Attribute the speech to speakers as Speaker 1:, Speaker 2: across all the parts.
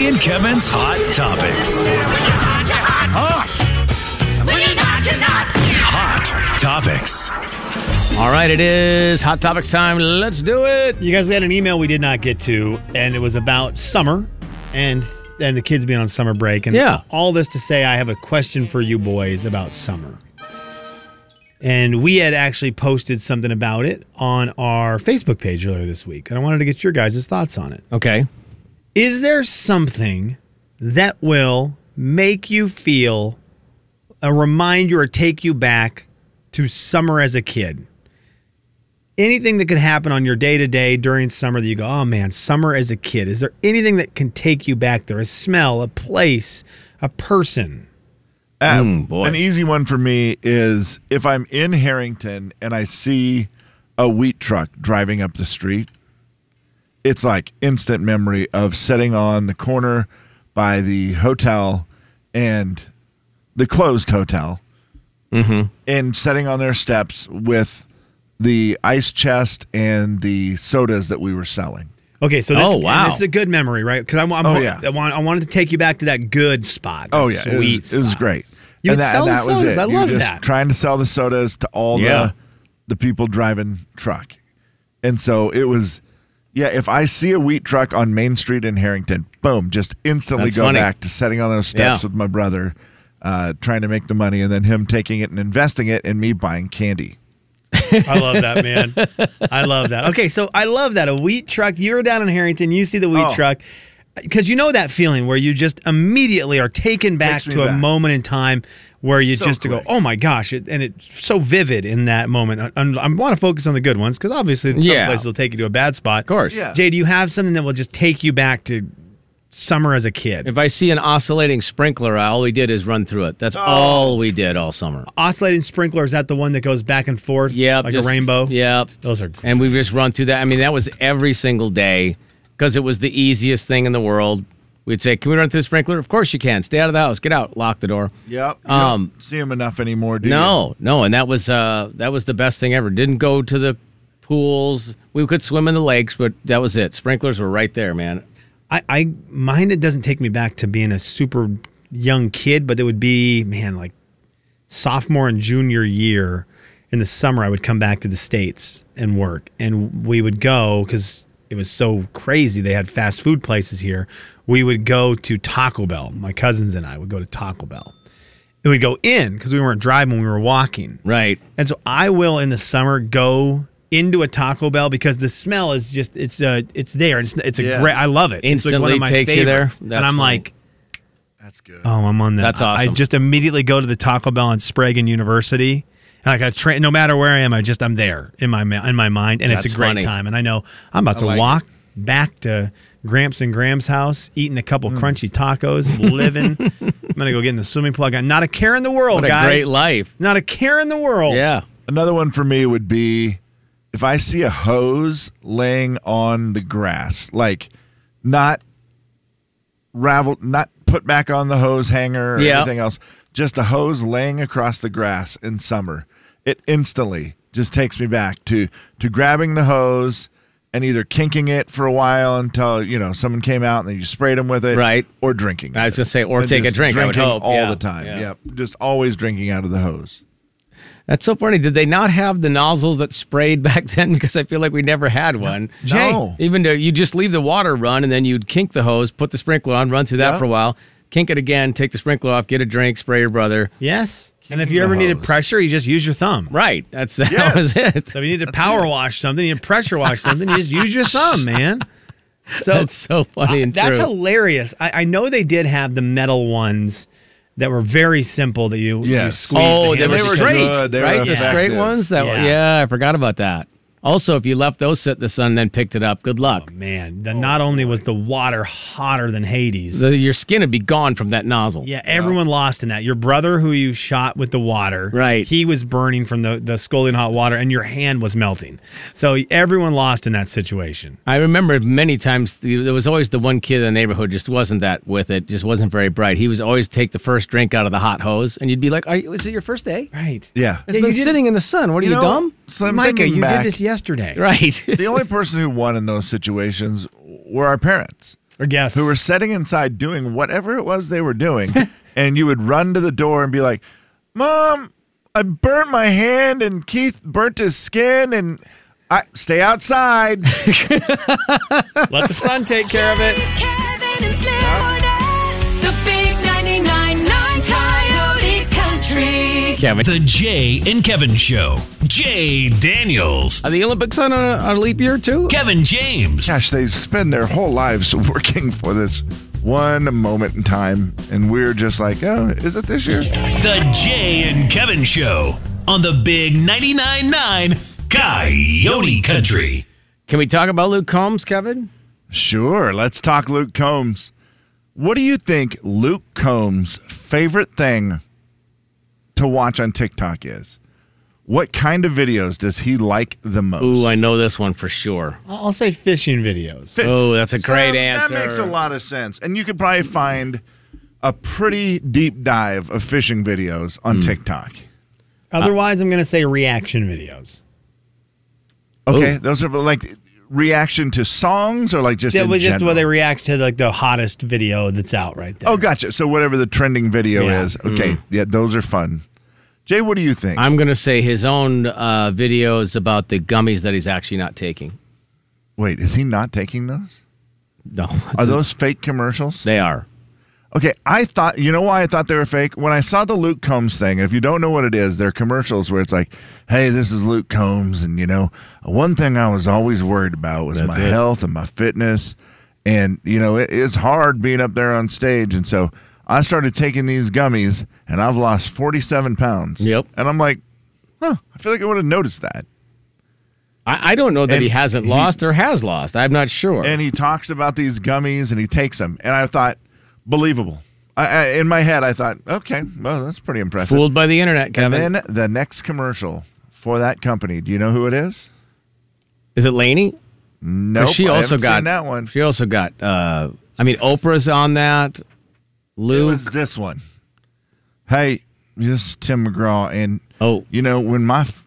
Speaker 1: and Kevin's Hot Topics. Hot. Hot Topics.
Speaker 2: All right, it is Hot Topics time. Let's do it.
Speaker 3: You guys, we had an email we did not get to, and it was about summer and and the kids being on summer break. And
Speaker 2: Yeah.
Speaker 3: all this to say, I have a question for you boys about summer. And we had actually posted something about it on our Facebook page earlier this week, and I wanted to get your guys' thoughts on it.
Speaker 2: Okay.
Speaker 3: Is there something that will make you feel a remind you or take you back to summer as a kid? Anything that could happen on your day to day during summer that you go, oh man, summer as a kid. Is there anything that can take you back there? A smell, a place, a person?
Speaker 4: Uh,
Speaker 2: boy.
Speaker 4: An easy one for me is if I'm in Harrington and I see a wheat truck driving up the street, it's like instant memory of sitting on the corner by the hotel and the closed hotel and sitting on their steps with the ice chest and the sodas that we were selling.
Speaker 3: Okay, so this,
Speaker 2: Oh,
Speaker 3: and
Speaker 2: wow.
Speaker 3: this is a good memory, right? Because I'm, I'm,
Speaker 4: Oh, yeah.
Speaker 3: I, want, I wanted to take you back to that good spot.
Speaker 4: Oh
Speaker 3: that
Speaker 4: yeah,
Speaker 3: sweet
Speaker 4: it was, it was
Speaker 3: spot.
Speaker 4: great.
Speaker 3: You would sell the sodas. I
Speaker 4: You were
Speaker 3: love
Speaker 4: just
Speaker 3: that.
Speaker 4: Trying to sell the sodas to all
Speaker 2: Yeah.
Speaker 4: the the people driving truck, and so it was. Yeah, if I see a wheat truck on Main Street in Harrington, boom, just instantly
Speaker 2: That's
Speaker 4: go
Speaker 2: funny.
Speaker 4: back to setting on those steps
Speaker 2: Yeah.
Speaker 4: with my brother, uh, trying to make the money, and then him taking it and investing it, and me buying candy.
Speaker 3: I love that, man. I love that. Okay, so I love that. A wheat truck. You're down in Harrington, you see the wheat
Speaker 4: Oh.
Speaker 3: truck. Because you know that feeling where you just immediately are taken back
Speaker 4: Takes me
Speaker 3: to a
Speaker 4: back.
Speaker 3: moment in time where you
Speaker 4: So
Speaker 3: just to go,
Speaker 4: quick.
Speaker 3: oh my gosh, it, and it's so vivid in that moment. I, I, want to focus on the good ones because obviously some
Speaker 2: Yeah.
Speaker 3: places will take you to a bad spot. Of
Speaker 2: course.
Speaker 4: Yeah.
Speaker 3: Jay, do you have something that will just take you back to summer as a kid?
Speaker 2: If I see an oscillating sprinkler, all we did is run through it. That's all we did all summer.
Speaker 3: Oscillating sprinkler is that the one that goes back and forth?
Speaker 2: Yep.
Speaker 3: like
Speaker 2: just-
Speaker 3: a rainbow.
Speaker 2: Yep.
Speaker 3: those are
Speaker 2: And we just run through that. I mean, that was every single day because it was the easiest thing in the world. We'd say, "Can we run through the sprinkler?" Of course you can. Stay out of the house. Get out. Lock the door.
Speaker 4: Yep. You
Speaker 2: Um,
Speaker 4: don't see him enough anymore, do you?
Speaker 2: No, no, and that was uh that was the best thing ever. Didn't go to the pools. We could swim in the lakes, but that was it. Sprinklers were right there, man.
Speaker 3: I, I mine it doesn't take me back to being a super young kid, but it would be man like sophomore and junior year in the summer. I would come back to the states and work, and we would go because it was so crazy. They had fast food places here. We would go to Taco Bell. My cousins and I would go to Taco Bell. We would go in because we weren't driving; we were walking.
Speaker 2: Right.
Speaker 3: And so I will in the summer go into a Taco Bell because the smell is just it's uh it's there. It's it's a
Speaker 4: Yes.
Speaker 3: great. I love it. It's like one
Speaker 2: Instantly
Speaker 3: of my
Speaker 2: takes you there.
Speaker 3: favorites. And
Speaker 2: That's
Speaker 3: I'm
Speaker 2: funny.
Speaker 3: like,
Speaker 4: That's good.
Speaker 3: oh, I'm on that.
Speaker 2: That's
Speaker 3: I- I
Speaker 2: awesome.
Speaker 3: just immediately go to the Taco Bell on Sprague and University. And I got tra- no matter where I am, I just I'm there in my ma- in my mind, and it's
Speaker 2: That's
Speaker 3: a great
Speaker 2: funny.
Speaker 3: time. And I know I'm about to
Speaker 4: like
Speaker 3: walk back to Gramps and Graham's house, eating a couple crunchy tacos, living. I'm gonna go get in the swimming pool. I got not a care in the world,
Speaker 2: What a
Speaker 3: guys.
Speaker 2: great life.
Speaker 3: Not a care in the world.
Speaker 2: Yeah.
Speaker 4: Another one for me would be if I see a hose laying on the grass, like not raveled, not put back on the hose hanger or
Speaker 2: Yeah.
Speaker 4: anything else, just a hose laying across the grass in summer. It instantly just takes me back to to grabbing the hose and either kinking it for a while until you know someone came out and then you sprayed them with it,
Speaker 2: Right.
Speaker 4: Or drinking.
Speaker 2: I was
Speaker 4: with
Speaker 2: gonna say,
Speaker 4: it.
Speaker 2: or
Speaker 4: And
Speaker 2: take a
Speaker 4: just
Speaker 2: drink, I would
Speaker 4: Drinking
Speaker 2: hope.
Speaker 4: all
Speaker 2: Yeah.
Speaker 4: the time.
Speaker 2: Yeah.
Speaker 4: Yep, just always drinking out of the hose.
Speaker 2: That's so funny. Did they not have the nozzles that sprayed back then? Because I feel like we never had one.
Speaker 3: Jay.
Speaker 4: No.
Speaker 2: Even though you just leave the water run and then you'd kink the hose, put the sprinkler on, run through that
Speaker 4: Yeah.
Speaker 2: for a while, kink it again, take the sprinkler off, get a drink, spray your brother.
Speaker 3: Yes. and if
Speaker 4: King
Speaker 3: you
Speaker 4: of
Speaker 3: ever
Speaker 4: the
Speaker 3: needed
Speaker 4: hose.
Speaker 3: pressure, you just use your thumb.
Speaker 2: Right. That's that
Speaker 4: Yes.
Speaker 2: was it.
Speaker 3: So if you need to power wash something, you need to pressure wash something, you just use your thumb, man. So uh,
Speaker 2: That's so funny and
Speaker 3: that's
Speaker 2: true.
Speaker 3: hilarious. I, I know they did have the metal ones that were very simple that you, you
Speaker 4: Yes.
Speaker 3: squeeze
Speaker 2: Oh,
Speaker 3: the
Speaker 2: they were
Speaker 3: handles
Speaker 4: were
Speaker 3: together.
Speaker 2: straight,
Speaker 4: good. They were
Speaker 2: right? the
Speaker 4: effective.
Speaker 2: straight ones. That yeah.
Speaker 3: Yeah.
Speaker 2: yeah, I forgot about that. Also, if you left those sit in the sun, and then picked it up, good luck.
Speaker 3: Oh, Man, the, not only was the water hotter than Hades.
Speaker 2: Oh, The- your skin would be gone from that nozzle.
Speaker 3: yeah, everyone lost in that. Your brother, who you shot with the water,
Speaker 2: Right.
Speaker 3: He was burning from the the scalding hot water, and your hand was melting. So everyone lost in that situation.
Speaker 2: I remember many times th- there was always the one kid in the neighborhood just wasn't that with it, just wasn't very bright. He was always take the first drink out of the hot hose, and you'd be like, "Are you? Is it your first day?
Speaker 3: Right?
Speaker 4: Yeah.
Speaker 2: It's
Speaker 3: you
Speaker 2: been
Speaker 3: did-
Speaker 2: sitting in the sun. What are you,
Speaker 4: know,
Speaker 2: dumb?"
Speaker 4: so I'm
Speaker 3: Micah,
Speaker 4: thinking
Speaker 3: you
Speaker 4: back,
Speaker 3: did this yesterday.
Speaker 2: Right.
Speaker 4: the only person who won in those situations were our parents.
Speaker 3: Or guess.
Speaker 4: who were sitting inside doing whatever it was they were doing. and you would run to the door and be like, Mom, I burnt my hand and Keith burnt his skin and I stay outside.
Speaker 3: Let the sun take care of it.
Speaker 5: Kevin and Slim on air. The big 99.9 Coyote Country.
Speaker 2: Kevin.
Speaker 1: The Jay and Kevin Show. Jay Daniels.
Speaker 2: Are the Olympics on a, on a leap year too?
Speaker 1: Kevin James.
Speaker 4: Gosh, they spend their whole lives working for this one moment in time. And we're just like, oh, is it this year?
Speaker 1: The Jay and Kevin Show on the Big 99.9 Coyote Country.
Speaker 2: Can we talk about Luke Combs, Kevin?
Speaker 4: Sure. Let's talk Luke Combs. What do you think Luke Combs' favorite thing to watch on TikTok is? What kind of videos does he like the most?
Speaker 2: Ooh, I know this one for sure.
Speaker 3: I'll I'll say fishing videos.
Speaker 2: Oh, that's a
Speaker 4: So
Speaker 2: great answer.
Speaker 4: That makes a lot of sense. And you could probably find a pretty deep dive of fishing videos on
Speaker 3: Hmm.
Speaker 4: TikTok.
Speaker 3: Otherwise, I'm going to say reaction videos.
Speaker 4: Okay. Those are like reaction to songs or like just.
Speaker 3: That
Speaker 4: in
Speaker 3: was just
Speaker 4: general?
Speaker 3: where they react to like the hottest video that's out right there.
Speaker 4: Oh, gotcha. So whatever the trending video
Speaker 3: Yeah. Hmm.
Speaker 4: is. Okay. Yeah, those are fun. Jay, what do you think?
Speaker 2: I'm gonna say his own uh, videos about the gummies that he's actually not taking.
Speaker 4: Wait, is he not taking those?
Speaker 2: No,
Speaker 4: Are those fake commercials?
Speaker 2: they are.
Speaker 4: Okay, I thought, you know why I thought they were fake? When I saw the Luke Combs thing, and if you don't know what it is, they're commercials where it's like, hey, this is Luke Combs. And, you know, one thing I was always worried about was my health and my fitness. And, you know, it, it's hard being up there on stage. And so I started taking these gummies, and I've lost 47 pounds.
Speaker 2: Yep.
Speaker 4: And I'm like, huh, I feel like I would have noticed that.
Speaker 2: I, I don't know that
Speaker 4: And
Speaker 2: he hasn't
Speaker 4: he-
Speaker 2: lost or has lost. I'm not sure.
Speaker 4: and he talks about these gummies and he takes them. And I thought, believable. I, I, in my head, I thought, okay, well, that's pretty impressive.
Speaker 2: Fooled by the internet,
Speaker 4: and
Speaker 2: Kevin.
Speaker 4: then the next commercial for that company, do you know who it is?
Speaker 2: Is it Laney?
Speaker 4: No,
Speaker 2: she
Speaker 4: I
Speaker 2: also
Speaker 4: haven't
Speaker 2: got
Speaker 4: seen that one.
Speaker 2: She also got. Uh, I mean, Oprah's on that.
Speaker 4: It
Speaker 2: Luke.
Speaker 4: was this one. Hey, this is Tim McGraw, and
Speaker 2: oh,
Speaker 4: you know when my f-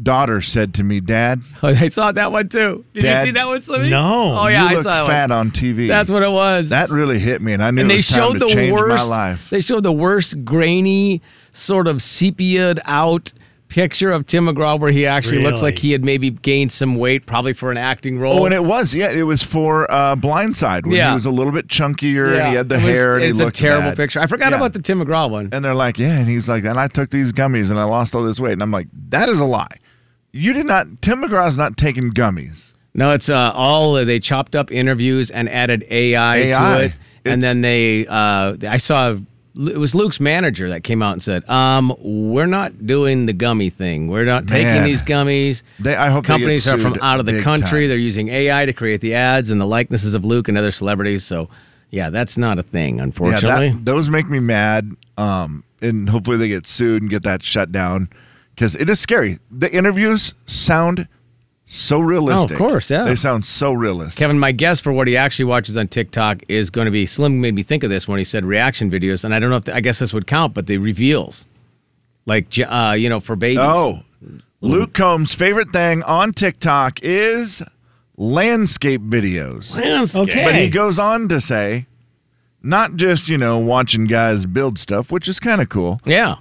Speaker 4: daughter said to me, "Dad,
Speaker 2: I saw that one too. Did
Speaker 4: Dad,
Speaker 2: you see that one, Slimmy?
Speaker 3: No.
Speaker 2: Oh yeah,
Speaker 4: you
Speaker 2: I
Speaker 4: look
Speaker 2: saw
Speaker 4: fat
Speaker 2: that one.
Speaker 4: on TV."
Speaker 2: That's what it was.
Speaker 4: that really hit me, and I knew
Speaker 2: and
Speaker 4: it
Speaker 2: they
Speaker 4: was time
Speaker 2: showed
Speaker 4: to
Speaker 2: the
Speaker 4: change
Speaker 2: worst.
Speaker 4: my life.
Speaker 2: They showed the worst grainy, sort of sepiaed out picture of Tim McGraw, where he actually looks
Speaker 3: Really?
Speaker 2: like he had maybe gained some weight, probably for an acting role.
Speaker 4: Oh, and it was yeah, it was for uh, Blindside when
Speaker 2: Yeah.
Speaker 4: he was a little bit chunkier and he had the
Speaker 2: It was-
Speaker 4: hair. and he
Speaker 2: it's a
Speaker 4: looked
Speaker 2: terrible
Speaker 4: bad.
Speaker 2: picture. I forgot
Speaker 4: Yeah.
Speaker 2: about the Tim McGraw one.
Speaker 4: And they're like, yeah, and he's like, and I took these gummies and I lost all this weight, and I'm like, that is a lie. You did not. Tim McGraw's not taking gummies.
Speaker 2: No, it's uh, all uh, they chopped up interviews and added AI,
Speaker 4: AI.
Speaker 2: to it, and
Speaker 4: It's-
Speaker 2: then they. Uh, I saw it was Luke's manager that came out and said, "Um, we're not doing the gummy thing. We're not taking
Speaker 4: Man.
Speaker 2: these gummies.
Speaker 4: They- I hope they get
Speaker 2: companies are from
Speaker 4: sued
Speaker 2: out of the
Speaker 4: big
Speaker 2: country.
Speaker 4: time.
Speaker 2: They're using AI to create the ads and the likenesses of Luke and other celebrities. So, yeah, that's not a thing,
Speaker 4: Yeah,
Speaker 2: unfortunately.
Speaker 4: that, those make me mad. Um, and hopefully they get sued and get that shut down because it is scary. The interviews sound so realistic.
Speaker 2: Oh, course, yeah.
Speaker 4: They sound so realistic.
Speaker 2: Kevin, my guess for what he actually watches on TikTok is going to be Slim made me think of this when he said reaction videos, and I don't know if I guess this would count, but the reveals, like j- uh, you know, for babies.
Speaker 4: Oh, Luke Combs' favorite thing on TikTok is landscape videos.
Speaker 3: Okay.
Speaker 4: But he goes on to say, not just, you know, watching guys build stuff, which is kind of cool.
Speaker 2: yeah.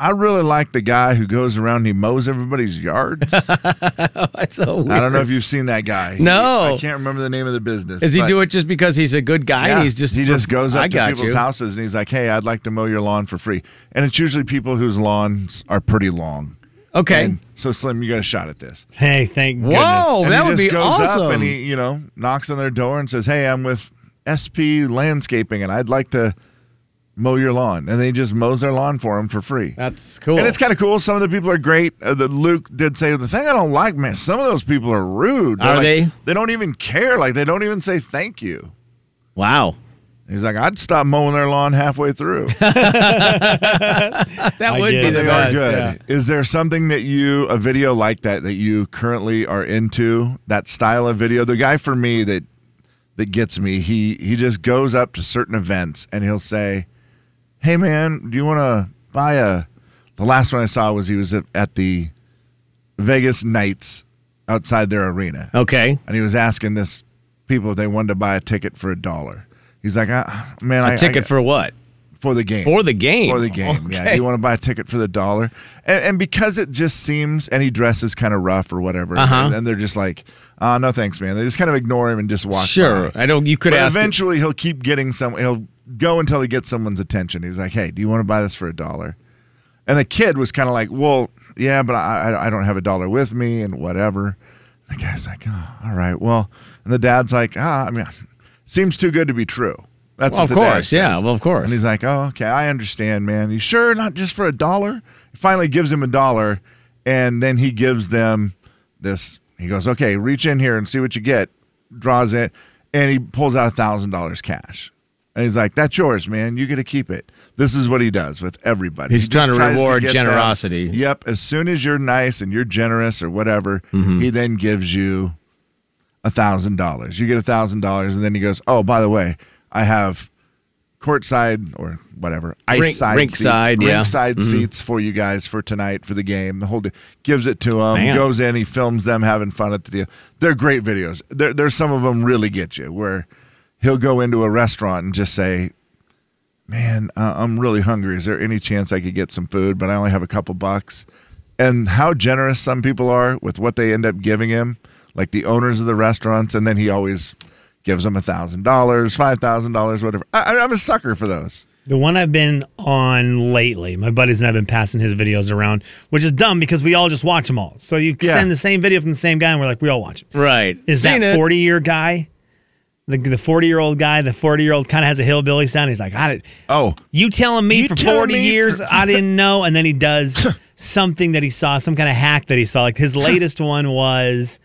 Speaker 4: I really like the guy who goes around, he mows everybody's yards.
Speaker 2: That's so
Speaker 4: I
Speaker 2: weird.
Speaker 4: don't know if you've seen that guy. He-
Speaker 2: No.
Speaker 4: I can't remember the name of the business.
Speaker 2: Does he
Speaker 4: but-
Speaker 2: do it just because he's a good guy?
Speaker 4: Yeah,
Speaker 2: and he's just
Speaker 4: he just goes up
Speaker 2: I
Speaker 4: to
Speaker 2: got
Speaker 4: people's
Speaker 2: you.
Speaker 4: houses and he's like, hey, I'd like to mow your lawn for free. And it's usually people whose lawns are pretty long.
Speaker 2: Okay.
Speaker 4: And so, Slim, you got a shot at this.
Speaker 3: Hey, thank
Speaker 2: Whoa,
Speaker 4: And
Speaker 2: Oh, that
Speaker 4: he
Speaker 2: would
Speaker 4: just
Speaker 2: be
Speaker 4: goes up
Speaker 2: awesome.
Speaker 4: and he, you know, knocks on their door and says, "Hey, I'm with SP Landscaping, and I'd like to mow your lawn." And they just mows their lawn for him for free.
Speaker 2: That's cool.
Speaker 4: And it's kind of cool. Some of the people are great. Uh, the Luke did say the thing I don't like, man. Some of those people are rude. They're
Speaker 2: Are
Speaker 4: like-
Speaker 2: they?
Speaker 4: They don't even care. Like they don't even say thank you.
Speaker 2: wow.
Speaker 4: He's like, I'd stop mowing their lawn halfway through.
Speaker 2: That
Speaker 3: I
Speaker 2: would
Speaker 3: get
Speaker 2: be
Speaker 3: it.
Speaker 2: the
Speaker 4: they
Speaker 2: best.
Speaker 4: are good.
Speaker 2: yeah.
Speaker 4: Is there something that you a video like that that you currently are into? That style of video. The guy for me that that gets me. He he just goes up to certain events and he'll say, "Hey man, do you want to buy a?" The last one I saw was he was at- at the Vegas Knights outside their arena,
Speaker 2: Okay.
Speaker 4: and he was asking this people if they wanted to buy a ticket for a dollar. He's like, I, man, I
Speaker 2: A ticket
Speaker 4: I,
Speaker 2: for what?
Speaker 4: for the game.
Speaker 2: For the game.
Speaker 4: For the game. Yeah.
Speaker 2: Okay.
Speaker 4: You want to buy a ticket for the dollar. And, and because it just seems, and he dresses kind of rough or whatever.
Speaker 2: Uh-huh.
Speaker 4: And then they're just like, uh, no thanks, man. They just kind of ignore him and just walk.
Speaker 2: Sure.
Speaker 4: by.
Speaker 2: I don't. You could
Speaker 4: But
Speaker 2: ask.
Speaker 4: eventually he'll keep getting some. He'll go until he gets someone's attention. He's like, hey, do you want to buy this for a dollar? And the kid was kind of like, well, yeah, but I, I- I don't have a dollar with me and whatever. The guy's like, oh, all right, well. And the dad's like, ah, I mean, seems too good to be true. That's
Speaker 2: Well,
Speaker 4: what
Speaker 2: of
Speaker 4: the dad
Speaker 2: course, yeah,
Speaker 4: says.
Speaker 2: well, of course.
Speaker 4: And he's like, oh, okay, I understand, man. You sure? Not just for a dollar? He finally gives him a dollar, and then he gives them this. He goes, okay, reach in here and see what you get. Draws it, and he pulls out a thousand dollars cash. And he's like, "That's yours, man. You get to keep it." This is what he does with everybody.
Speaker 2: He's
Speaker 4: He
Speaker 2: trying
Speaker 4: just
Speaker 2: to
Speaker 4: tries
Speaker 2: reward
Speaker 4: get them-
Speaker 2: generosity.
Speaker 4: Yep. As soon as you're nice and you're generous or whatever,
Speaker 2: Mm-hmm.
Speaker 4: he then gives you a thousand dollars. You get a thousand dollars, and then he goes, "Oh, by the way, I have courtside or whatever ice
Speaker 2: Rink-
Speaker 4: side
Speaker 2: rink
Speaker 4: seats,
Speaker 2: side, yeah.
Speaker 4: rink side
Speaker 2: Mm-hmm.
Speaker 4: seats for you guys for tonight for the game. The whole day gives it to him.
Speaker 2: Man.
Speaker 4: Goes in, he films them having fun at the deal. They're great videos. There, there's some of them really get you where he'll go into a restaurant and just say. Man, uh, I'm really hungry. Is there any chance I could get some food? But I only have a couple bucks. And how generous some people are with what they end up giving him, like the owners of the restaurants. And then he always gives them a thousand dollars, five thousand dollars, whatever. I, I- I'm a sucker for those.
Speaker 3: The one I've been on lately, my buddies and I've been passing his videos around, which is dumb because we all just watch them all. So you
Speaker 4: Yeah.
Speaker 3: send the same video from the same guy, and we're like, we all watch it.
Speaker 2: right.
Speaker 3: Is
Speaker 2: Seen
Speaker 3: that
Speaker 2: it.
Speaker 3: forty year guy? The the forty year old guy, the forty year old kind of has a hillbilly sound. He's like, I did
Speaker 4: Oh,
Speaker 3: You telling me
Speaker 4: You
Speaker 3: for
Speaker 4: telling
Speaker 3: 40
Speaker 4: me
Speaker 3: years I didn't know? And then he does something that he saw, some kind of hack that he saw. Like his latest one was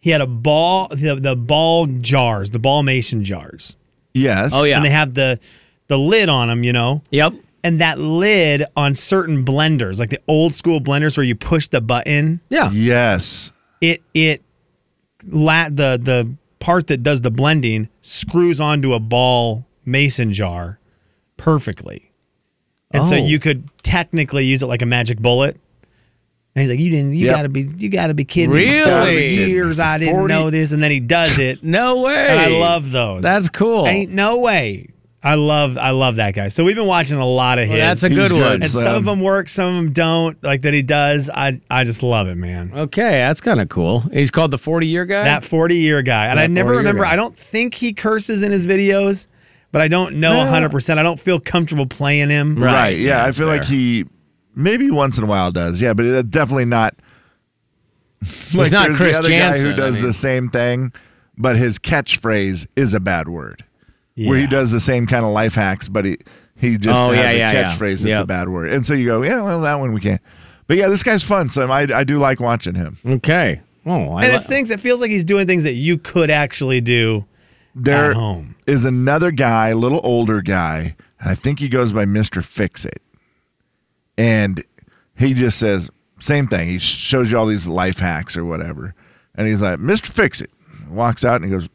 Speaker 3: he had a ball, the, the ball jars, the ball mason jars.
Speaker 4: yes.
Speaker 2: Oh, yeah.
Speaker 3: And they have the the lid on them, you know?
Speaker 2: Yep.
Speaker 3: And that lid on certain blenders, like the old school blenders where you push the button,
Speaker 2: Yeah.
Speaker 4: yes.
Speaker 3: it, it, la- the, the part that does the blending screws onto a ball mason jar perfectly. And so
Speaker 2: Oh.
Speaker 3: you could technically use it like a magic bullet. And he's like, you didn't, you
Speaker 4: Yep.
Speaker 3: gotta be, you gotta be kidding me. For
Speaker 2: Really?
Speaker 3: Years I didn't
Speaker 4: 40
Speaker 3: know this. And then he does it.
Speaker 2: No way.
Speaker 3: And I love those.
Speaker 2: That's cool.
Speaker 3: Ain't no way. I love I love that guy. So we've been watching a lot of his.
Speaker 2: Well, that's a
Speaker 4: He's
Speaker 2: good
Speaker 4: good.
Speaker 2: one.
Speaker 3: and some
Speaker 4: Slim.
Speaker 3: of them work, some of them don't. Like that he does. I I just love it, man.
Speaker 2: Okay, that's kind of cool. He's called the 40 year guy.
Speaker 3: That 40 year guy. And I
Speaker 2: That
Speaker 3: never
Speaker 2: 40-year
Speaker 3: remember.
Speaker 2: guy.
Speaker 3: I don't think he curses in his videos, but I don't know 100%. I don't feel comfortable playing him.
Speaker 2: Right.
Speaker 4: Right. Yeah. I
Speaker 2: that's
Speaker 4: feel like
Speaker 2: fair.
Speaker 4: he maybe once in a while does. Yeah, but it, definitely not.
Speaker 2: He's not
Speaker 4: there's
Speaker 2: Chris
Speaker 4: the other
Speaker 2: Jansen,
Speaker 4: guy
Speaker 2: I
Speaker 4: who does
Speaker 2: mean.
Speaker 4: the same thing, but his catchphrase is a bad word. Where he
Speaker 3: Yeah.
Speaker 4: does the same kind of life hacks, but he he just
Speaker 2: Oh,
Speaker 4: has
Speaker 2: yeah,
Speaker 4: a
Speaker 2: yeah, yeah.
Speaker 4: catchphrase that's a
Speaker 2: Yep.
Speaker 4: bad word, and so you go, yeah, well, that one we can't. But yeah, this guy's fun, so I I do like watching him.
Speaker 2: Okay. Oh, I
Speaker 3: And
Speaker 2: li-
Speaker 3: it's things it feels like he's doing things that you could actually do.
Speaker 4: There
Speaker 3: At
Speaker 4: is
Speaker 3: home.
Speaker 4: another guy, little older guy, and I think he goes by Mr. Fix It. And he just says, same thing. He shows you all these life hacks or whatever. And he's like, Mr. Fix It. Walks out and he goes,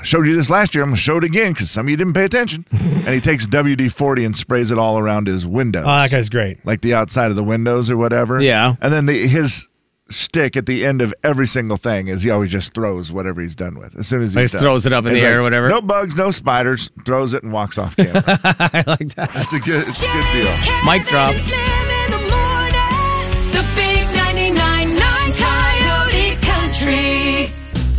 Speaker 4: I showed you this last year. I'm going to show it again because some of you didn't pay attention. and he takes WD 40 and sprays it all around his windows
Speaker 3: Oh, that guy's great.
Speaker 4: like the outside of the windows or whatever.
Speaker 2: Yeah.
Speaker 4: And then the, his stick at the end of every single thing is he always just throws whatever he's done with. As soon as he
Speaker 2: Like, just throws it up in the air or whatever?
Speaker 4: No bugs, no spiders. Throws it and walks off camera. I like that. It's a good. It's a good deal.
Speaker 2: Mic drop.
Speaker 5: Kevin, Slim in the morning, the big 99.9 Coyote Country.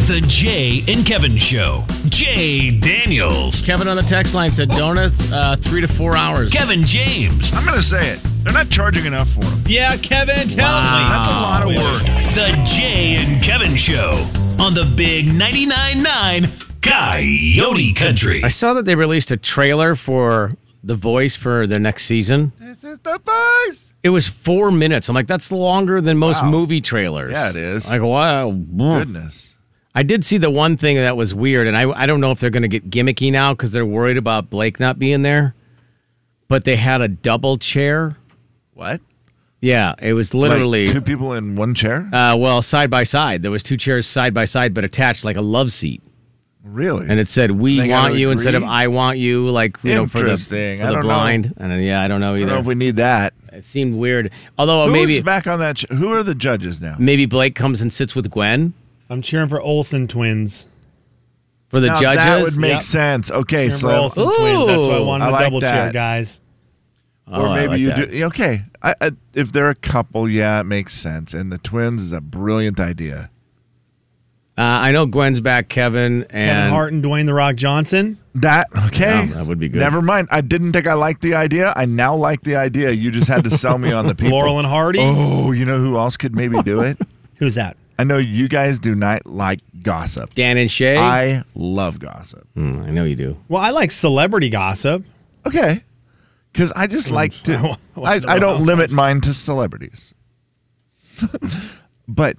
Speaker 1: The Jay and Kevin Show. Jay Daniels.
Speaker 2: Kevin on the text line said donuts uh, three to four hours.
Speaker 1: Kevin James.
Speaker 4: I'm gonna say it. They're not charging enough for them.
Speaker 3: Yeah, Kevin, tell me.
Speaker 2: Oh,
Speaker 4: That's a lot of work.
Speaker 1: The Jay and Kevin Show on the Big 99.9 Coyote Country.
Speaker 2: I saw that they released a trailer for The Voice for their next season.
Speaker 4: This is the boys.
Speaker 2: It was four minutes. I'm like, that's longer than most movie trailers.
Speaker 4: Yeah, it is.
Speaker 2: Like, oh. wow.
Speaker 4: Goodness.
Speaker 2: I did see the one thing that was weird, and I, I don't know if they're going to get gimmicky now because they're worried about Blake not being there. But they had a double chair.
Speaker 4: What?
Speaker 2: Yeah, it was
Speaker 4: Like,
Speaker 2: literally
Speaker 4: two people in one chair.
Speaker 2: uh, well side by side. There was two chairs side by side, but attached like a love seat,
Speaker 4: really?
Speaker 2: and it said "We
Speaker 4: They gotta
Speaker 2: want you" instead of
Speaker 4: agree?
Speaker 2: "I want you." Like you know, for the, for
Speaker 4: Interesting. I
Speaker 2: the
Speaker 4: don't know.
Speaker 2: blind. And uh, yeah, I don't know
Speaker 4: I
Speaker 2: either.
Speaker 4: don't know if we need that.
Speaker 2: it seemed weird. Although
Speaker 4: Who's
Speaker 2: Oh, maybe
Speaker 4: back on that? Ch- who are the judges now?
Speaker 2: maybe Blake comes and sits with Gwen.
Speaker 3: I'm cheering for Olsen twins.
Speaker 2: for the
Speaker 4: Now,
Speaker 2: judges.
Speaker 4: That would make
Speaker 3: Yep.
Speaker 4: sense. Okay,
Speaker 3: Remember
Speaker 4: so
Speaker 3: Olsen twins. That's why I wanted
Speaker 4: Ooh.
Speaker 3: to
Speaker 4: I like
Speaker 3: double
Speaker 4: that.
Speaker 3: share, guys.
Speaker 2: Oh,
Speaker 4: or
Speaker 2: I
Speaker 4: maybe
Speaker 2: like
Speaker 4: you
Speaker 2: that.
Speaker 4: do. Okay, I, I, if they're a couple, yeah, it makes sense. And the twins is a brilliant idea.
Speaker 2: Uh, I know Gwen's back, Kevin, and
Speaker 3: Kevin Hart and Dwayne the Rock Johnson.
Speaker 4: That
Speaker 2: Yeah,
Speaker 4: okay?
Speaker 2: that would be good.
Speaker 4: Never mind. I didn't think I liked the idea. I now like the idea. You just had to sell me on the people.
Speaker 3: Laurel and Hardy.
Speaker 4: Oh, you know who else could maybe do it?
Speaker 3: Who's that?
Speaker 4: I know you guys do not like gossip.
Speaker 2: Dan and Shay.
Speaker 4: I love gossip.
Speaker 2: Hmm, I know you do.
Speaker 3: Well, I like celebrity gossip.
Speaker 4: Okay. Because I just like to,
Speaker 3: I
Speaker 4: I,
Speaker 3: wasn't
Speaker 4: I
Speaker 3: aware.
Speaker 4: don't limit mine to celebrities. but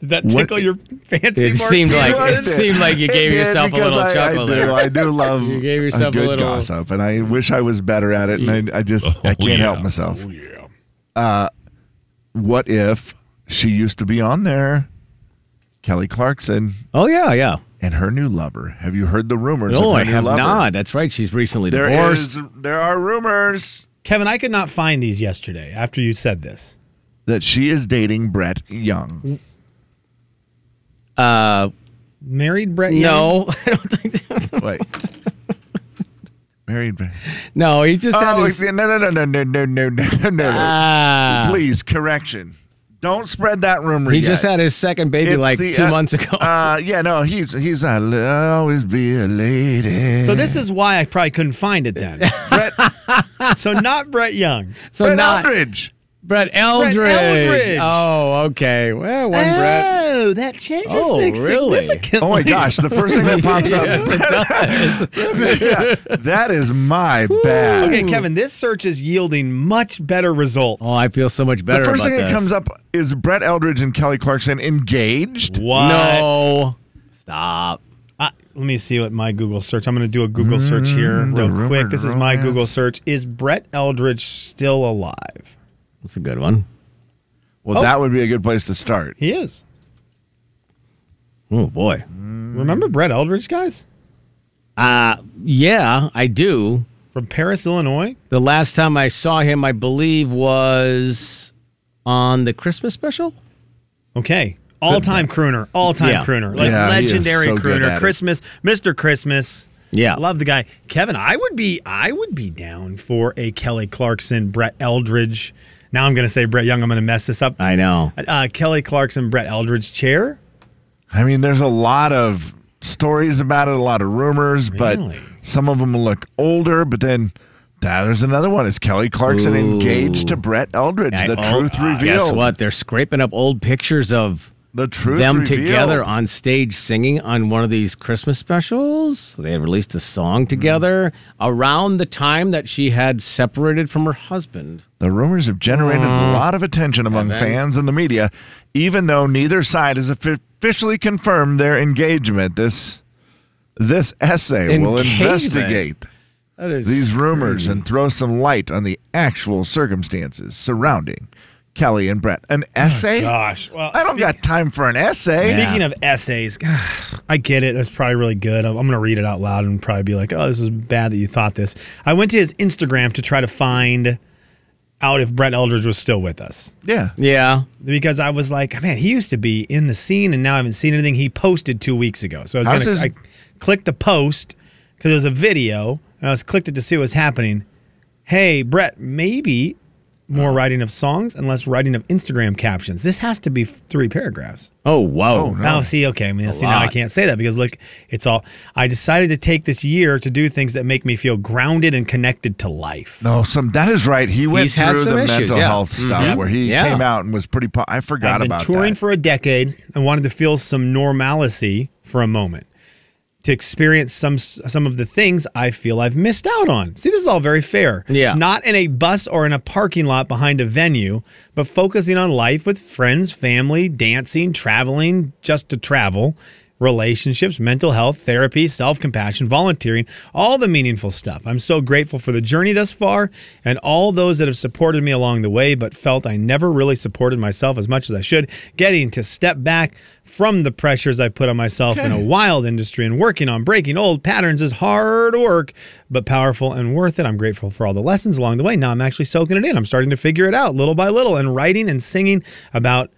Speaker 3: Did that
Speaker 4: What-
Speaker 3: tickle your fancy?
Speaker 2: It
Speaker 3: Mark?
Speaker 2: seemed like-
Speaker 4: Sure
Speaker 2: it
Speaker 4: did.
Speaker 2: seemed like you
Speaker 4: It
Speaker 2: gave
Speaker 4: did,
Speaker 2: yourself a
Speaker 4: because
Speaker 2: little
Speaker 4: I-
Speaker 2: chuckle
Speaker 4: I
Speaker 2: there.
Speaker 4: do. I do love
Speaker 2: You gave yourself a
Speaker 4: a good
Speaker 2: little-
Speaker 4: gossip, and I wish I was better at it. And I, I just I can't
Speaker 1: yeah.
Speaker 4: help myself. Oh yeah. Uh, what if she used to be on there, Kelly Clarkson
Speaker 2: Oh yeah, yeah.
Speaker 4: and her new lover? Have you heard the rumors?
Speaker 2: No,
Speaker 4: of her
Speaker 2: I
Speaker 4: new
Speaker 2: have
Speaker 4: lover?
Speaker 2: not. That's right. She's recently
Speaker 4: There
Speaker 2: divorced.
Speaker 4: is- there are rumors
Speaker 3: Kevin, I could not find these yesterday after you said this.
Speaker 4: that she is dating Brett Young.
Speaker 3: Married Brett? Young?
Speaker 2: No, I don't think.
Speaker 4: Wait. Married Brett.
Speaker 2: No, he just had
Speaker 4: Oh,
Speaker 2: his.
Speaker 4: no, no, no, no, no, no, no, no, no.
Speaker 2: Ah.
Speaker 4: Please, correction. Don't spread that rumor.
Speaker 2: he
Speaker 4: yet.
Speaker 2: just had his second baby
Speaker 4: It's
Speaker 2: like
Speaker 4: the-
Speaker 2: two
Speaker 4: uh,
Speaker 2: months ago.
Speaker 4: Uh, yeah, no, he's he's I'll always be a lady.
Speaker 3: So this is why I probably couldn't find it then.
Speaker 4: Brett,
Speaker 3: so not Brett Young.
Speaker 2: so
Speaker 4: Brett
Speaker 2: not
Speaker 4: Eldridge.
Speaker 2: Brett Eldridge.
Speaker 3: Eldridge.
Speaker 2: Oh, okay. Well, one
Speaker 4: Eh.
Speaker 2: Brett.
Speaker 3: Oh, that changes
Speaker 2: Oh,
Speaker 3: things
Speaker 2: really?
Speaker 3: significantly.
Speaker 4: Oh my gosh, the first thing that pops up.
Speaker 2: Yes, it does.
Speaker 4: Yeah, that is my
Speaker 2: Oh.
Speaker 4: bad.
Speaker 3: Okay, Kevin, this search is yielding much better results.
Speaker 2: oh, I feel so much better.
Speaker 4: The first
Speaker 2: about
Speaker 4: thing that
Speaker 2: this.
Speaker 4: comes up is Brett Eldridge and Kelly Clarkson engaged.
Speaker 3: what?
Speaker 2: No, stop.
Speaker 3: I- let me see what my Google search. I'm going to do a Google search here
Speaker 2: Mm,
Speaker 4: the
Speaker 3: real quick.
Speaker 4: rumored
Speaker 3: This is my
Speaker 4: romance.
Speaker 3: Google search. Is Brett Eldridge still alive?
Speaker 2: That's a good one.
Speaker 4: Well,
Speaker 3: Oh.
Speaker 4: that would be a good place to start.
Speaker 3: He is.
Speaker 2: Oh boy.
Speaker 4: Mm.
Speaker 3: Remember
Speaker 2: Mm.
Speaker 3: Brett Eldridge, guys?
Speaker 2: Uh yeah, I do.
Speaker 3: From Paris, Illinois?
Speaker 2: The last time I saw him, I believe, was on the Christmas special.
Speaker 3: Okay. All time crooner. All time
Speaker 2: Yeah.
Speaker 3: crooner. Like
Speaker 4: Yeah, he is
Speaker 3: legendary
Speaker 4: so good at
Speaker 3: crooner.
Speaker 4: it.
Speaker 3: Christmas, Mr. Christmas.
Speaker 2: Yeah.
Speaker 3: Love the guy. Kevin, I would be I would be down for a Kelly Clarkson, Brett Eldridge. Now I'm gonna say Brett Young, I'm gonna mess this up.
Speaker 2: I know.
Speaker 3: Uh, Kelly Clarkson, Brett Eldridge chair.
Speaker 4: I mean, there's a lot of stories about it, a lot of rumors, but
Speaker 3: Really?
Speaker 4: some of them look older. But then ah, there's another one. Is Kelly Clarkson engaged to Brett Eldridge?
Speaker 2: I-
Speaker 4: the
Speaker 2: oh,
Speaker 4: truth
Speaker 2: uh,
Speaker 4: revealed.
Speaker 2: Guess what? They're scraping up old pictures of
Speaker 4: The truth
Speaker 2: them
Speaker 4: revealed.
Speaker 2: together on stage singing on one of these Christmas specials. They had released a song together around the time that she had separated from her husband.
Speaker 4: The rumors have generated
Speaker 2: Mm.
Speaker 4: a lot of attention among fans and the media, even though neither side has offi- officially confirmed their engagement. This this essay will
Speaker 2: Engagement?
Speaker 4: investigate
Speaker 2: That is
Speaker 4: these rumors
Speaker 3: Hmm.
Speaker 4: and throw some light on the actual circumstances surrounding Kelly and Brett. An essay?
Speaker 3: Oh, Gosh. Well
Speaker 4: I don't got time for an essay.
Speaker 2: Yeah.
Speaker 3: Speaking of essays, I get it. It's probably really good. I'm, I'm going to read it out loud and probably be like, oh, this is bad that you thought this. I went to his Instagram to try to find out if Brett Eldridge was still with us
Speaker 4: Yeah.
Speaker 2: Yeah.
Speaker 3: because I was like, man, he used to be in the scene and now I haven't seen anything he posted two weeks ago. So I was
Speaker 4: How's
Speaker 3: going to
Speaker 4: his-
Speaker 3: I clicked the post because it was a video and I was clicked it to see what was happening. Hey, Brett, maybe more writing of songs and less writing of Instagram captions. This has to be three paragraphs.
Speaker 2: Oh whoa.
Speaker 4: no.
Speaker 3: Oh, see, okay. I mean, see, now I
Speaker 2: lot.
Speaker 3: can't say that because look, it's all. I decided to take this year to do things that make me feel grounded and connected to life.
Speaker 4: No, some that is right. He went
Speaker 2: He's
Speaker 4: through
Speaker 2: had some
Speaker 4: the
Speaker 2: issues,
Speaker 4: mental
Speaker 2: yeah.
Speaker 4: health stuff
Speaker 2: Mhm.
Speaker 4: where he
Speaker 2: Yeah.
Speaker 4: came out and was pretty. Po- I
Speaker 3: Mm-hmm.
Speaker 4: forgot
Speaker 3: I've been
Speaker 4: about
Speaker 3: touring
Speaker 4: that.
Speaker 3: for a decade and wanted to feel some normalcy for a moment, to experience some some of the things I feel I've missed out on. See, this is all very fair.
Speaker 2: Yeah.
Speaker 3: Not in a bus or in a parking lot behind a venue, but focusing on life with friends, family, dancing, traveling, just to travel. Relationships, mental health, therapy, self compassion, volunteering, all the meaningful stuff. I'm so grateful for the journey thus far and all those that have supported me along the way, but felt I never really supported myself as much as I should. Getting to step back from the pressures I put on myself in a wild industry and working on breaking old patterns is hard work, but powerful and worth it. I'm grateful for all the lessons along the way. Now I'm actually soaking it in. I'm starting to figure it out little by little and writing and singing about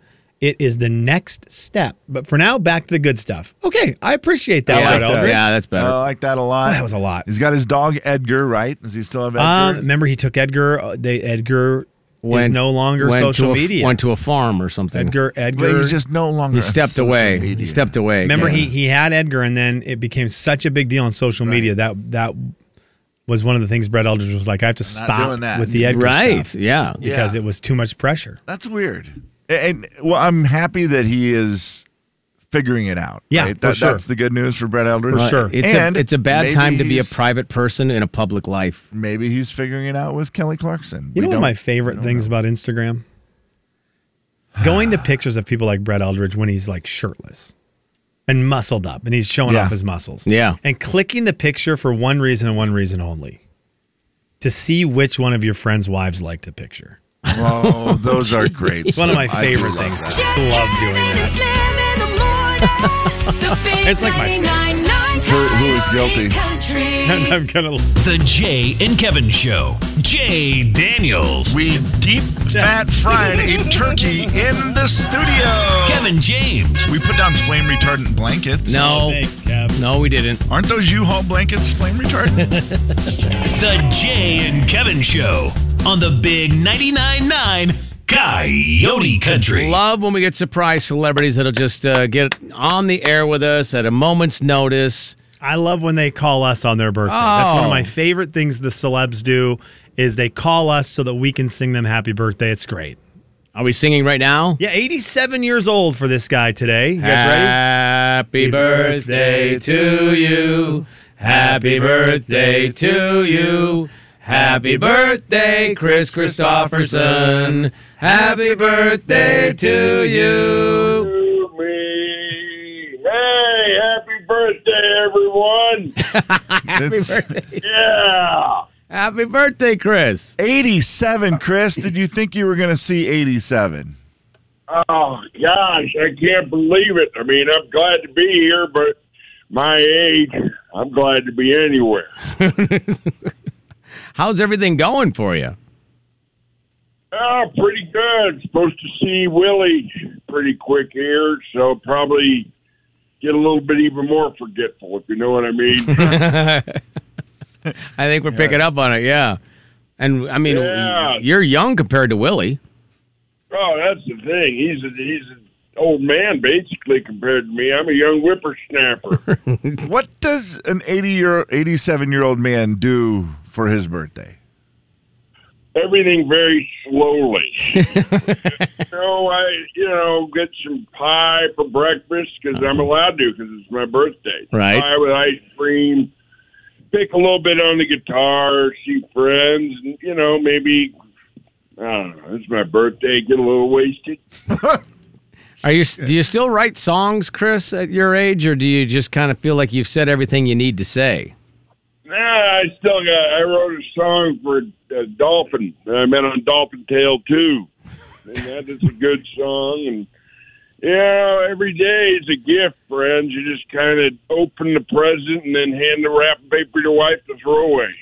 Speaker 3: It is the next step. But for now, back to the good stuff. Okay, I appreciate that.
Speaker 4: I like
Speaker 3: Brett
Speaker 4: that. Oh,
Speaker 3: Eldridge.
Speaker 2: Yeah, that's better.
Speaker 4: I like that a lot.
Speaker 3: That was a lot.
Speaker 4: He's got his dog Edgar, right? Does he still have
Speaker 3: Um,
Speaker 4: Edgar?
Speaker 3: remember, he took Edgar. uh, They Edgar is
Speaker 2: Went-
Speaker 3: no longer
Speaker 2: went
Speaker 3: social
Speaker 2: to a,
Speaker 3: media.
Speaker 2: Went to a farm or something.
Speaker 3: Edgar.
Speaker 4: But
Speaker 3: Edgar.
Speaker 4: he's just no longer.
Speaker 2: he
Speaker 4: on
Speaker 2: stepped
Speaker 4: social
Speaker 2: away. He
Speaker 4: media.
Speaker 2: stepped away.
Speaker 3: remember,
Speaker 2: again.
Speaker 3: he he had Edgar, and then it became such a big deal on social media that that was one of the things Brett Eldridge was like, I have to
Speaker 4: not
Speaker 3: stop
Speaker 4: doing that.
Speaker 3: with the Edgar
Speaker 2: right?
Speaker 3: stuff
Speaker 2: Yeah.
Speaker 3: because
Speaker 4: Yeah.
Speaker 3: it was too much pressure.
Speaker 4: That's weird. And and- well, I'm happy that he is figuring it out.
Speaker 3: Yeah,
Speaker 4: right?
Speaker 3: for
Speaker 4: That-
Speaker 3: sure.
Speaker 4: that's the good news for Brett Eldridge.
Speaker 3: For sure.
Speaker 2: It's
Speaker 4: And
Speaker 2: a it's a bad
Speaker 4: maybe
Speaker 2: time to be a
Speaker 4: he's-
Speaker 2: private person in a public life.
Speaker 4: Maybe he's figuring it out with Kelly Clarkson.
Speaker 3: You
Speaker 4: We
Speaker 3: know one of
Speaker 4: don't-
Speaker 3: my favorite
Speaker 4: don't
Speaker 3: things about Instagram? Going to pictures of people like Brett Eldridge when he's like shirtless and muscled up and he's showing
Speaker 4: Yeah.
Speaker 3: off his muscles.
Speaker 2: Yeah.
Speaker 3: And clicking the picture for one reason and one reason only to see which one of your friends' wives liked the picture.
Speaker 4: Oh, those are great.
Speaker 3: It's one of my
Speaker 4: I do
Speaker 3: favorite
Speaker 4: love
Speaker 3: things.
Speaker 4: that.
Speaker 3: To love doing that. It's
Speaker 5: it's
Speaker 3: like my favorite.
Speaker 4: Who- who is guilty?
Speaker 3: And I'm going to.
Speaker 1: The Jay and Kevin Show. Jay Daniels.
Speaker 4: We deep fat fried a turkey in the studio.
Speaker 1: Kevin James.
Speaker 4: We put down flame retardant blankets.
Speaker 2: No,
Speaker 3: Thanks, Kev.
Speaker 2: no, we didn't.
Speaker 4: Aren't those U-Haul blankets flame retardant?
Speaker 1: The Jay and Kevin Show on the Big 99.9 9 Coyote Country.
Speaker 2: Love when we get surprise celebrities that'll just uh, get on the air with us at a moment's notice.
Speaker 3: I love when they call us on their birthday. That's one
Speaker 2: Oh.
Speaker 3: of my favorite things the celebs do is they call us so that we can sing them happy birthday. It's great.
Speaker 2: Are we singing right now?
Speaker 3: Yeah, 87 years old for this guy today. You guys ready?
Speaker 2: Happy birthday to you. Happy birthday to you. Happy birthday, Chris Christopherson. Happy birthday to you.
Speaker 6: to me. Hey, happy birthday, everyone.
Speaker 2: Happy
Speaker 4: It's-
Speaker 2: birthday.
Speaker 6: Yeah.
Speaker 2: Happy birthday, Chris.
Speaker 4: 87, Chris. Did you think you were going to see 87?
Speaker 6: Oh, gosh, I can't believe it. I mean, I'm glad to be here, but my age, I'm glad to be anywhere.
Speaker 2: How's everything going for you?
Speaker 6: Oh, pretty good. Supposed to see Willie pretty quick here, so probably get a little bit even more forgetful, if you know what I mean.
Speaker 2: I think we're picking up on it, yeah. And I mean,
Speaker 6: Yeah.
Speaker 2: you're young compared to Willie.
Speaker 6: Oh, that's the thing. He's a, he's an old man basically compared to me. I'm a young whippersnapper.
Speaker 4: What does an 80 year, 87 year old man do for his birthday?
Speaker 6: Everything very slowly. so I, you know, get some pie for breakfast because I'm allowed to because it's my birthday.
Speaker 2: Right.
Speaker 6: Pie with ice cream. Pick a little bit on the guitar. See friends, and you know maybe. I don't know. It's my birthday. Get a little wasted.
Speaker 2: Are you? Do you still write songs, Chris, at your age, or do you just kind of feel like you've said everything you need to say?
Speaker 6: Nah, I still got. I wrote a song for uh, Dolphin. I met on Dolphin Tale too, and that is a good song. And yeah, every day is a gift, friends. You just kind of open the present and then hand the wrapping paper to your wife to throw away.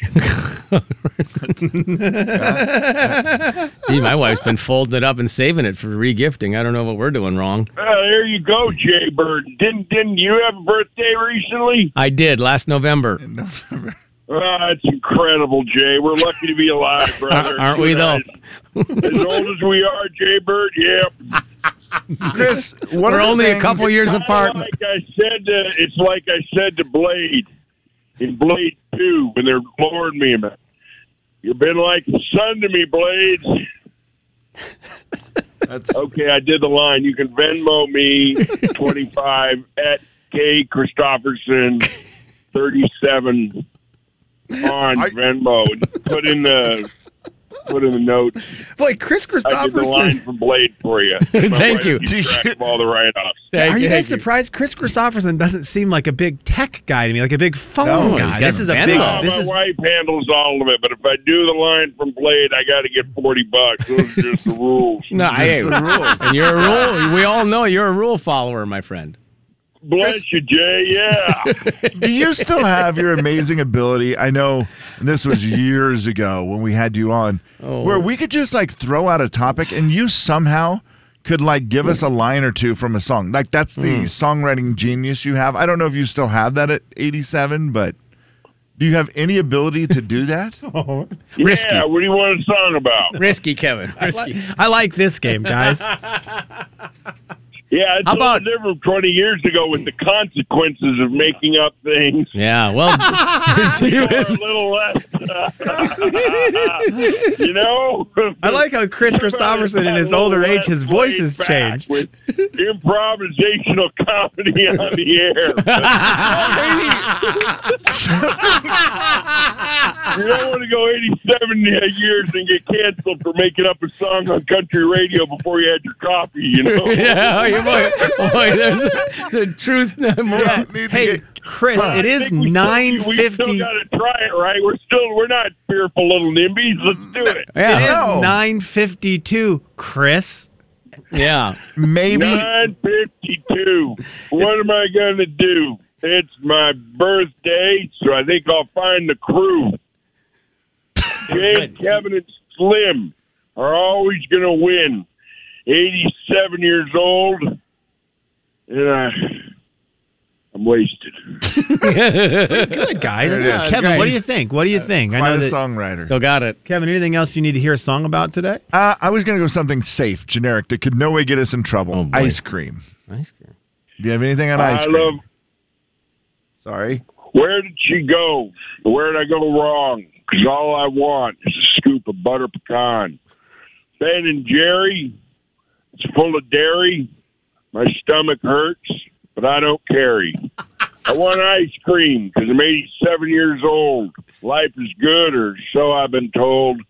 Speaker 2: Gee, my wife's been folding it up and saving it for regifting. I don't know what we're doing wrong.
Speaker 6: Ah, there you go, Jay Bird. Didn't didn't you have a birthday recently?
Speaker 2: I did last November.
Speaker 6: Ah, it's incredible, Jay. We're lucky to be alive, brother.
Speaker 2: Aren't we, though?
Speaker 6: As old as we are, Jay Bird. Yep.
Speaker 4: Chris, what
Speaker 2: We're
Speaker 4: are the
Speaker 2: only a
Speaker 4: things-
Speaker 2: couple years apart.
Speaker 6: Like I said, to, it's like I said to Blade in Blade Two when they're boring me. about, You've been like the sun to me, Blades.
Speaker 4: That's,
Speaker 6: Okay, I did the line. You can Venmo me twenty five at K Christopherson thirty seven on Venmo. And put in the put in the notes.
Speaker 3: Boy, Chris
Speaker 6: I did the line
Speaker 3: Christopherson.
Speaker 6: from Blade for you.
Speaker 2: Thank you.
Speaker 6: Keep track of all the write offs.
Speaker 2: Thank
Speaker 3: Are you guys
Speaker 2: thank
Speaker 3: surprised? Chris Christopherson doesn't seem like a big tech guy to me, like a big phone
Speaker 2: No, he's
Speaker 3: guy.
Speaker 2: got Oh,
Speaker 3: This is a
Speaker 2: Venmo.
Speaker 3: big.
Speaker 6: No,
Speaker 3: This
Speaker 6: my
Speaker 3: is
Speaker 6: wife handles all of it, but if I do the line from Blade, I got to get forty bucks. Those are just the rules.
Speaker 2: No, I
Speaker 4: that's the rules.
Speaker 2: And you're a rule. We all know you're a rule follower, my friend.
Speaker 6: Bless you, Jay. Yeah,
Speaker 4: Do you still have your amazing ability? I know this was years ago when we had you on, where we could just like throw out a topic and you somehow could like give us a line or two from a song. Like that's the songwriting genius you have. I don't know if you still have that at 87, but do you have any ability to do that?
Speaker 2: Risky.
Speaker 6: Yeah, what do you want a song about?
Speaker 2: Risky, Kevin. Risky.
Speaker 3: I like this game, guys.
Speaker 6: Yeah, it's
Speaker 2: How
Speaker 6: a little
Speaker 2: about-
Speaker 6: different from 20 years ago with the consequences of making up things.
Speaker 2: Yeah, well,
Speaker 6: Or a little less. you know?
Speaker 3: I like how Chris Christopherson, in his older age, his voice has
Speaker 6: Laid back
Speaker 3: changed.
Speaker 6: With improvisational comedy on the air. You don't want to go 87 years and get canceled for making up a song on country radio before you had your coffee, you know?
Speaker 2: yeah, your boy, boy, there's the truth. No more.
Speaker 4: Need to
Speaker 3: Hey,
Speaker 4: get-
Speaker 3: Chris, it is nine
Speaker 6: We still
Speaker 3: fifty.
Speaker 6: got to try it, right? We're still, we're not fearful little nimbies. Let's do it.
Speaker 3: It is
Speaker 2: Yeah,
Speaker 4: No.
Speaker 3: nine fifty-two, Chris.
Speaker 2: yeah.
Speaker 4: maybe
Speaker 6: 952. What am I going to do? It's my birthday, so I think I'll find the crew. Jay, Kevin, and Slim are always going to win. 87 years old, and I, I'm wasted.
Speaker 3: Good guy.
Speaker 4: is.
Speaker 3: Kevin, what do
Speaker 2: Guys.
Speaker 3: you think? What do you think? I
Speaker 4: find
Speaker 3: know
Speaker 4: a
Speaker 3: that,
Speaker 4: songwriter.
Speaker 2: Still got it.
Speaker 3: Kevin. Anything else you need to hear a song about today?
Speaker 4: Uh, I was going to go something safe, generic that could no way get us in trouble. ice cream.
Speaker 2: Ice cream.
Speaker 4: Do you have anything on ice
Speaker 6: I
Speaker 4: cream?
Speaker 6: love
Speaker 4: Sorry.
Speaker 6: Where did she go? Where did I go wrong? 'Cause all I want is a scoop of butter pecan. Ben and Jerry, it's full of dairy. My stomach hurts, but I don't carry. I want ice cream because I'm 87 years old. Life is good, or so I've been told.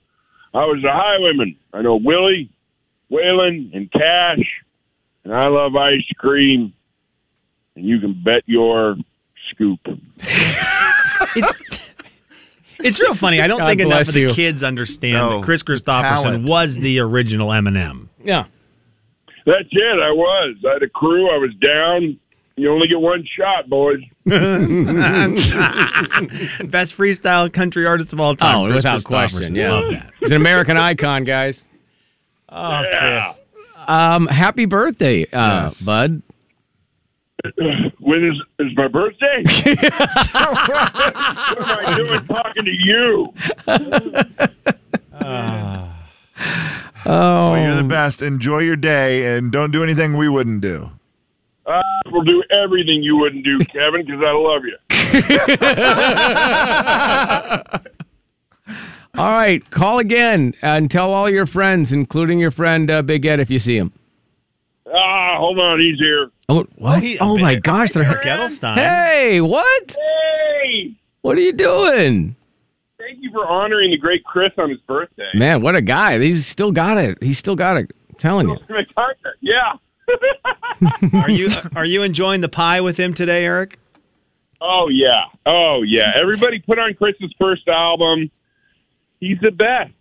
Speaker 6: I was a highwayman. I know Willie, Waylon, and Cash, and I love ice cream. And you can bet your scoop.
Speaker 3: It's, it's real funny. I don't
Speaker 2: God
Speaker 3: think enough
Speaker 2: bless
Speaker 3: of the
Speaker 2: you.
Speaker 3: kids understand
Speaker 4: No,
Speaker 3: that Chris Christopherson
Speaker 4: talent.
Speaker 3: was the original Eminem.
Speaker 2: Yeah.
Speaker 6: That's it. I was. I had a crew. I was down. You only get one shot, boys.
Speaker 3: Best freestyle country artist of all time.
Speaker 2: Oh,
Speaker 3: Chris
Speaker 2: without
Speaker 3: Christopherson.
Speaker 2: question. Yeah.
Speaker 3: Love that.
Speaker 2: He's an American icon, guys. Oh, Chris. Um, happy birthday, uh,
Speaker 4: Yes.
Speaker 2: bud.
Speaker 6: When is is my birthday? what am I doing talking to you?
Speaker 4: Oh, you're the best. Enjoy your day and don't do anything we wouldn't do.
Speaker 6: I will do everything you wouldn't do, Kevin, because I love you.
Speaker 2: All right, call again and tell all your friends, including your friend uh, Big Ed, if you see him.
Speaker 6: Ah, hold on. He's here.
Speaker 2: Oh, what? Oh,
Speaker 3: he-
Speaker 2: my gosh! Did I hear-
Speaker 3: Gettelstein.
Speaker 2: Hey, what?
Speaker 6: Hey,
Speaker 2: What are you doing,
Speaker 6: thank you for honoring the great Chris on his birthday.
Speaker 2: man? What a guy! He's still got it. He's still got it. I'm telling you.
Speaker 6: Yeah.
Speaker 3: Are you are you enjoying the pie with him today, Eric?
Speaker 6: Oh yeah. Oh yeah. Everybody put on Chris's first album. He's the best.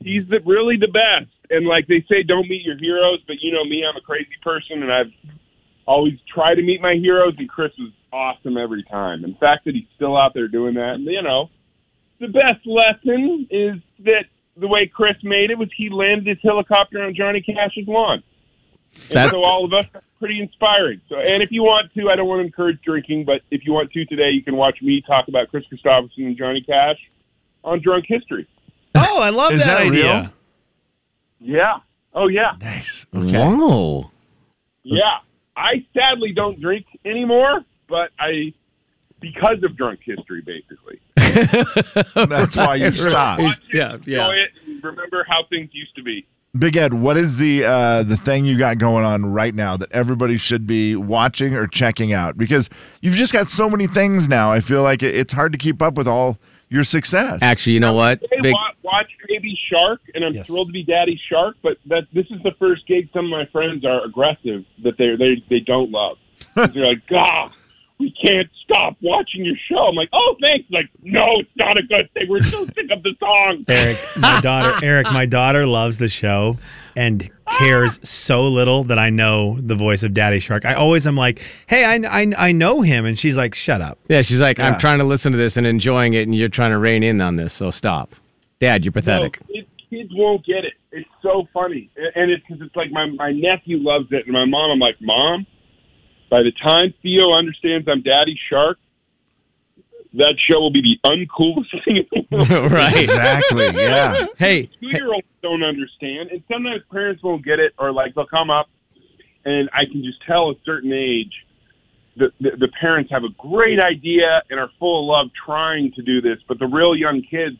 Speaker 6: He's the really the best. And like they say, don't meet your heroes, but you know me, I'm a crazy person and I've always tried to meet my heroes and Chris is awesome every time. And the fact that he's still out there doing that, you know. The best lesson is that the way Chris made it was he landed his helicopter on Johnny Cash's lawn. And
Speaker 2: That-
Speaker 6: so all of us are pretty inspiring. So, and if you want to, I don't want to encourage drinking, but if you want to today, you can watch me talk about Chris Christopherson and Johnny Cash on Drunk History.
Speaker 3: Oh, I love
Speaker 4: Is that
Speaker 3: idea.
Speaker 4: real?
Speaker 6: Yeah. Oh yeah.
Speaker 4: Nice.
Speaker 2: Whoa.
Speaker 6: Yeah. I sadly don't drink anymore, but I because of Drunk History, basically.
Speaker 4: That's why you stopped.
Speaker 2: He's- yeah, yeah.
Speaker 6: Enjoy it and remember how things used to be.
Speaker 4: Big Ed, what is the uh, the thing you got going on right now that everybody should be watching or checking out? Because you've just got so many things now. I feel like it- it's hard to keep up with all your success.
Speaker 2: Actually, you know what?
Speaker 6: Hey,
Speaker 2: Big,
Speaker 6: watch, watch Baby Shark, and I'm
Speaker 3: Yes.
Speaker 6: thrilled to be Daddy Shark. But that this is the first gig some of my friends are aggressive that they they they don't love. They're like, God, we can't stop watching your show. I'm like, oh, thanks. Like, no, it's not a good thing. We're so sick of the song.
Speaker 3: Eric, my daughter, Eric, my daughter loves the show and cares so little that I know the voice of Daddy Shark. I always am like, "Hey, I, I, I know him," and she's like, "Shut up."
Speaker 2: yeah, she's like, I'm
Speaker 4: Yeah.
Speaker 2: trying to listen to this and enjoying it, and you're trying to rein in on this, so stop. Dad, you're
Speaker 6: No,
Speaker 2: pathetic.
Speaker 6: kids, kids won't get it. It's so funny, A- and it's because it's like my my nephew loves it, and my mom. I'm like, mom. By the time Theo understands I'm Daddy Shark, that show will be the uncoolest thing in the world.
Speaker 2: right.
Speaker 4: Exactly. Yeah.
Speaker 2: Hey,
Speaker 6: two year olds don't understand, and sometimes parents won't get it, or like they'll come up, and I can just tell a certain age that the, the parents have a great idea and are full of love trying to do this, but the real young kids,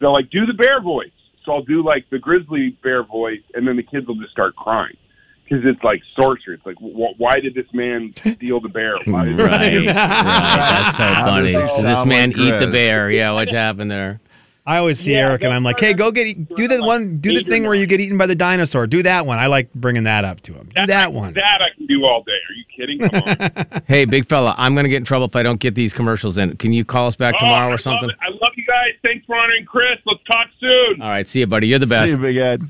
Speaker 6: they'll like do the bear voice. So I'll do like the grizzly bear voice, and then the kids will just start crying because it's like sorcery. It's like, wh- why did this man steal the bear? Why
Speaker 2: Right.
Speaker 6: did
Speaker 2: right. That's so
Speaker 4: How
Speaker 2: funny.
Speaker 4: does he
Speaker 2: Did this
Speaker 4: sound
Speaker 2: man
Speaker 4: like
Speaker 2: eat the
Speaker 4: Chris?
Speaker 2: bear? Yeah, what happened there?
Speaker 3: I always see
Speaker 6: Yeah,
Speaker 3: Eric, and I'm like, "Hey, go get e, do the one, do the
Speaker 6: Eight or
Speaker 3: thing where you
Speaker 6: nine.
Speaker 3: get eaten by the dinosaur. Do that one. I like bringing that up to him. Do that one.
Speaker 6: That I can do all day. Are you kidding? Come on.
Speaker 2: Hey, big fella, I'm going to get in trouble if I don't get these commercials in. Can you call us back
Speaker 6: Oh, I
Speaker 2: tomorrow or
Speaker 6: love
Speaker 2: something?
Speaker 6: it. I love you guys. Thanks, Ron and Chris. Let's talk soon.
Speaker 2: All right, see you, buddy. You're the
Speaker 4: See
Speaker 2: best.
Speaker 4: you, Big Ed.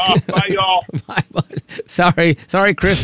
Speaker 6: Oh, bye, y'all.
Speaker 2: sorry, sorry, Chris.